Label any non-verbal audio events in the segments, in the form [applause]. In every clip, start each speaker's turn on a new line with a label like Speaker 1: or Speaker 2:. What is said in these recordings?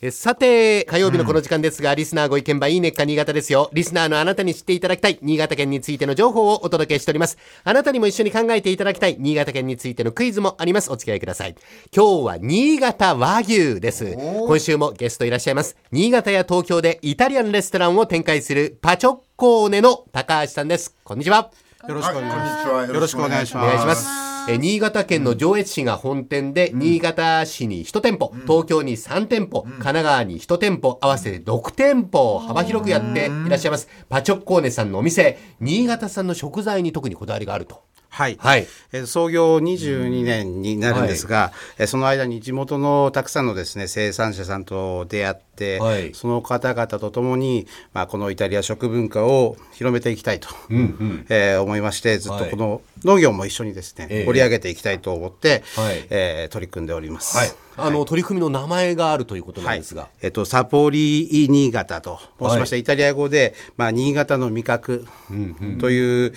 Speaker 1: ーさて、火曜日のこの時間ですが、リスナーご意見ばいいねっか新潟ですよ。リスナーのあなたに知っていただきたい、新潟県についての情報をお届けしております。あなたにも一緒に考えていただきたい、新潟県についてのクイズもあります。お付き合いください。今日は新潟和牛です。今週もゲストいらっしゃいます。新潟や東京でイタリアンレストランを展開するパチョッコーネの高橋さんです。こんにちは。
Speaker 2: よろしくお願いします。
Speaker 3: はい
Speaker 2: よろしくお願いし
Speaker 1: お願いしま
Speaker 2: ますす。。
Speaker 1: えー新潟県の上越市が本店で、新潟市に1店舗、東京に3店舗、神奈川に1店舗、合わせて6店舗、幅広くやっていらっしゃいます。パチョッコーネさんのお店、新潟産の食材に特にこだわりがあると。
Speaker 2: はい、
Speaker 1: はい
Speaker 2: えー創業22年になるんですが、えーその間に地元のたくさんのですね生産者さんと出会って、
Speaker 1: はい
Speaker 2: その方々とともに、まあ、このイタリア食文化を広めていきたいと、えー思いましてずっとこの農業も一緒にですね、
Speaker 1: ええ
Speaker 2: 盛り上げていきたいと思って、
Speaker 1: はい
Speaker 2: えー取り組んでおります。
Speaker 1: あの、取り組みの名前があるということな
Speaker 2: は
Speaker 1: ん
Speaker 2: い
Speaker 1: ですが。
Speaker 2: えっと、サポリー新潟と申しまして、イタリア語で、まあ、新潟の味覚という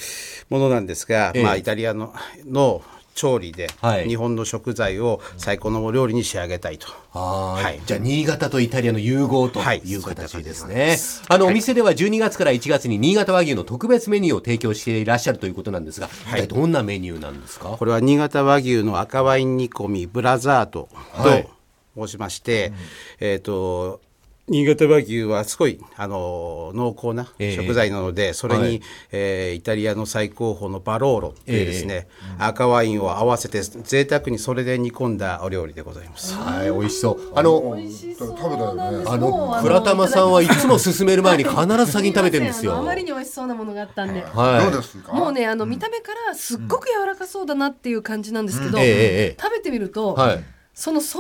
Speaker 2: ものなんですが、
Speaker 1: ええ
Speaker 2: まあ、イタリアのの調理で、
Speaker 1: はい
Speaker 2: 日本の食材を最高のお料理に仕上げたいと。
Speaker 1: はい
Speaker 2: はい
Speaker 1: じゃあ、新潟とイタリアの融合と
Speaker 2: はい
Speaker 1: いう形ですね。あの、お店では12月から1月に新潟和牛の特別メニューを提供していらっしゃるということなんですが、
Speaker 2: い
Speaker 1: 一体どんなメニューなんですか
Speaker 2: これは新潟和牛の赤ワイン煮込みブラザート
Speaker 1: はい
Speaker 2: と申しまして、えっ、と新潟和牛はすごいあの濃厚な
Speaker 1: ええ
Speaker 2: 食材なので、それに、
Speaker 1: はい
Speaker 2: えーイタリアの最高峰のバローロっていうですね、赤ワインを合わせて贅沢にそれで煮込んだお料理でございます。
Speaker 1: はい、美味しそう。あの、
Speaker 3: 食べたよね。
Speaker 1: あの、倉玉さんはいつも勧める前に必 [laughs] ず先に食べてるんです
Speaker 4: あ
Speaker 1: よ。
Speaker 4: まりに美味しそうなものがあったんで。
Speaker 1: はい。
Speaker 3: どうですか。
Speaker 4: もうね、あの見た目からすっごく柔らかそうだなっていう感じなんですけど、
Speaker 1: うんええええええ
Speaker 4: 食べてみると、
Speaker 1: はい
Speaker 4: その想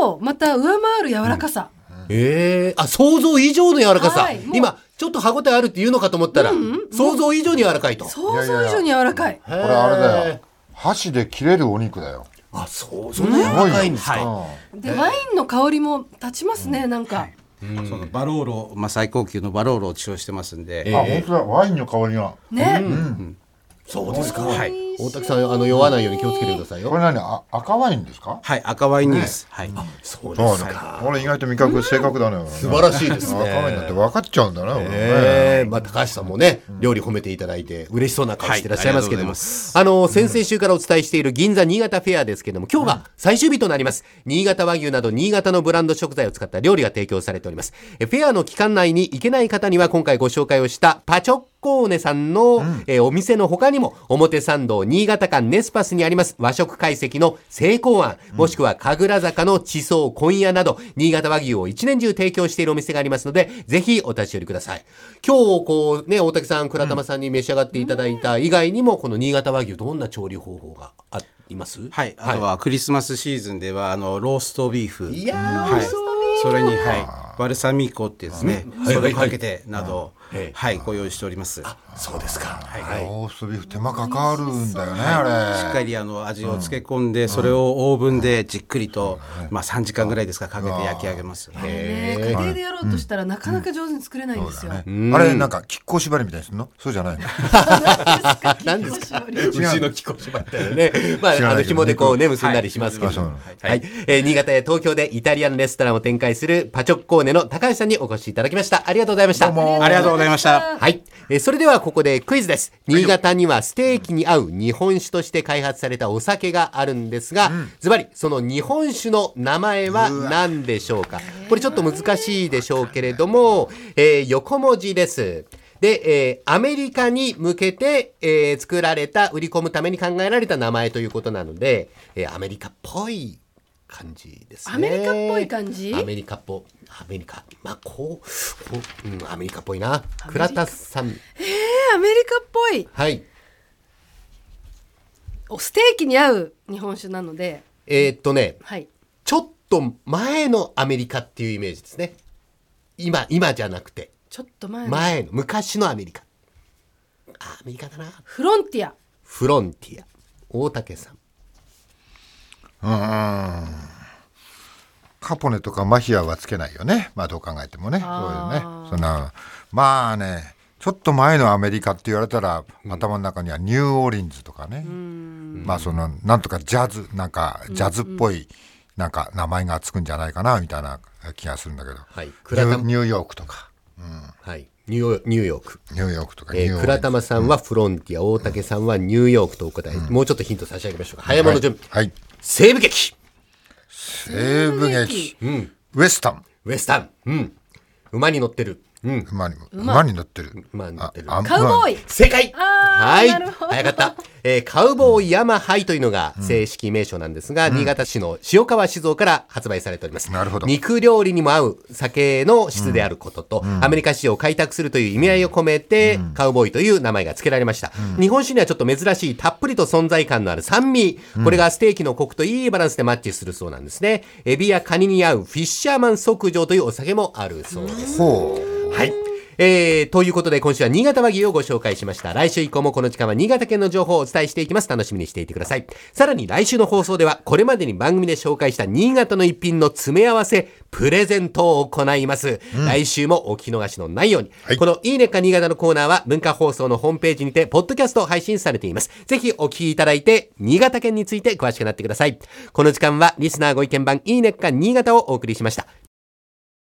Speaker 4: 像をまた上回る柔らかさ、
Speaker 1: ええあ、想像以上の柔らかさ。
Speaker 4: はいもう
Speaker 1: 今、ちょっと歯応えあるって言うのかと思ったら、想像以上に柔らかいと。
Speaker 4: 想像以上に柔らかい。
Speaker 1: これ
Speaker 3: これあれだよ。。箸で切れるお肉だよ。
Speaker 1: あ、そう、そんな柔らかいんですか。
Speaker 4: で、ワインの香りも立ちますね、なんか。
Speaker 2: そのバローロ、まあ、最高級のバローロを使用してますんで、
Speaker 1: ええ
Speaker 3: うんあ本当だ。ワインの香りが。
Speaker 4: ね、
Speaker 1: そうですか。
Speaker 2: はい
Speaker 1: 大滝さん、あの、酔わないように気をつけてください
Speaker 3: こ
Speaker 1: よ。
Speaker 3: れ何あ赤ワインですか。
Speaker 2: はい赤ワイン煮です。はい
Speaker 1: そう
Speaker 3: そ
Speaker 1: で
Speaker 3: う
Speaker 1: す
Speaker 3: ね
Speaker 1: か。。
Speaker 3: これ意外と味覚正確だね。
Speaker 1: 素晴らしいですね
Speaker 3: 赤ワインだって分かっちゃうんだな。俺ね
Speaker 1: ええまあ、高橋さんもね、料理褒めていただいて、嬉しそうな顔していらっしゃいますけども、
Speaker 2: はいありがとうございま
Speaker 1: あの、先々週からお伝えしている銀座新潟フェアですけども、今日が最終日となります。新潟和牛など新潟のブランド食材を使った料理が提供されております。えフェアの期間内に行けない方には、今回ご紹介をしたパチョッコーネさんの、えーお店の他にも、表参道新潟館ネスパスにあります和食懐石の成功庵、もしくは神楽坂の地層今夜など、新潟和牛を一年中提供しているお店がありますので、ぜひお立ち寄りください。今日、こうね、大竹さん、倉玉さんに召し上がっていただいた以外にも、この新潟和牛、どんな調理方法があります
Speaker 2: はい、あとはクリスマスシーズンではあのローストビーフ
Speaker 1: いやー
Speaker 2: はい、それにはいバルサミコってですね、
Speaker 1: い
Speaker 2: それにかけてなど
Speaker 1: はいはい
Speaker 2: はいご用意しておりますしっ
Speaker 1: そうですか。はい。
Speaker 3: ローストビーフ手間かかるんだよねあれ。
Speaker 2: かりあの味を漬け込んでそれをオーブンでじっくりとまあ3時間ぐらいですかかけて焼き上げます
Speaker 4: ね家庭でやろうとしたら、なかなか上手に作れないんですよ。
Speaker 3: ねあれなんか亀甲縛りみたいにするの？そうじゃないの。
Speaker 1: 何ですか
Speaker 4: う
Speaker 3: 違
Speaker 1: [laughs]
Speaker 3: う
Speaker 1: 牛の気候縛ったよね。まあ、
Speaker 3: 知ら
Speaker 1: あ
Speaker 3: な
Speaker 1: の、
Speaker 3: いけど
Speaker 1: 紐でこうね、結んだりしますけ
Speaker 3: あそ
Speaker 1: ど
Speaker 3: うなの
Speaker 1: も。はい。えー新潟や東京でイタリアンレストランを展開するパチョッコーネの高橋さんにお越しいただきました。ありがとうございました。
Speaker 2: ありがとうございました
Speaker 1: はい。えーそれではここでクイズです。新潟にはステーキに合う日本酒として開発されたお酒があるんですが、ズバリ、その日本酒の名前は何でしょうかこれちょっと難しいでしょうけれども、えー横文字です。で、えーアメリカに向けて、えー作られた、売り込むために考えられた名前ということなので、えーアメリカっぽい感じですね。
Speaker 4: アメリカっぽい感じ
Speaker 1: アメリカっぽ、アメリカ。まあ、こう、こう、うん、アメリカっぽいな。倉田さん。
Speaker 4: えアメリカっぽい。
Speaker 1: はい。
Speaker 4: おステーキに合う日本酒なので、
Speaker 1: えーっとね、
Speaker 4: はい。
Speaker 1: ちょっと前のアメリカっていうイメージですね。今、今じゃなくて、
Speaker 4: ちょっと前の
Speaker 1: 前の、昔のアメリカ。あアメリカだな。
Speaker 4: フロンティア。
Speaker 1: フロンティア。大竹さん。
Speaker 3: うんうんカポネとかマヒアはつけないよね。まあどう考えてもね。そうよね。そんな、まあね、ちょっと前のアメリカって言われたら、頭の中にはニューオーリンズとかね。まあその、なんとかジャズ、なんかジャズっぽいなんか名前がつくんじゃないかなみたいな気がするんだけど、
Speaker 1: はい
Speaker 3: ニ
Speaker 1: 倉
Speaker 3: ュ
Speaker 1: 田
Speaker 3: ーニューヨークとか
Speaker 1: はい。ニューヨニューヨーク。
Speaker 3: ニューヨークとかニュ
Speaker 1: え
Speaker 3: ー
Speaker 1: ー、
Speaker 3: オーリンズ
Speaker 1: 倉玉さんはフロンティア、大竹さんはニューヨークとお答え、もうちょっとヒント差し上げましょうか。早間の準備。
Speaker 3: はい、はい、
Speaker 1: 西部劇
Speaker 3: 西部劇、ウエスタン
Speaker 1: ウエスタン。うん。馬に乗ってる。うん。
Speaker 3: 馬に馬に乗ってる
Speaker 1: 馬に乗ってる
Speaker 3: ああ
Speaker 4: カウボーイ
Speaker 1: 正解
Speaker 4: あー
Speaker 1: はい
Speaker 4: なるほど
Speaker 1: 早かった、えーカウボーイヤマハイというのが正式名称なんですが、新潟市の塩川酒造から発売されております
Speaker 3: なるほど
Speaker 1: 肉料理にも合う酒の質であることと、アメリカ市場を開拓するという意味合いを込めて、カウボーイという名前が付けられました、日本酒にはちょっと珍しいたっぷりと存在感のある酸味これがステーキのコクといいバランスでマッチするそうなんですねエビやカニに合うフィッシャーマン即上というお酒もあるそうです
Speaker 3: ほう
Speaker 1: はい。えー、ということで今週は新潟和牛をご紹介しました。来週以降もこの時間は新潟県の情報をお伝えしていきます。楽しみにしていてください。さらに来週の放送ではこれまでに番組で紹介した新潟の一品の詰め合わせプレゼントを行います。来週もお聞き逃しのないように。
Speaker 3: はい
Speaker 1: このいいねっか新潟のコーナーは文化放送のホームページにてポッドキャストを配信されています。ぜひお聞きいただいて新潟県について詳しくなってください。この時間はリスナーご意見番いいねっか新潟をお送りしました。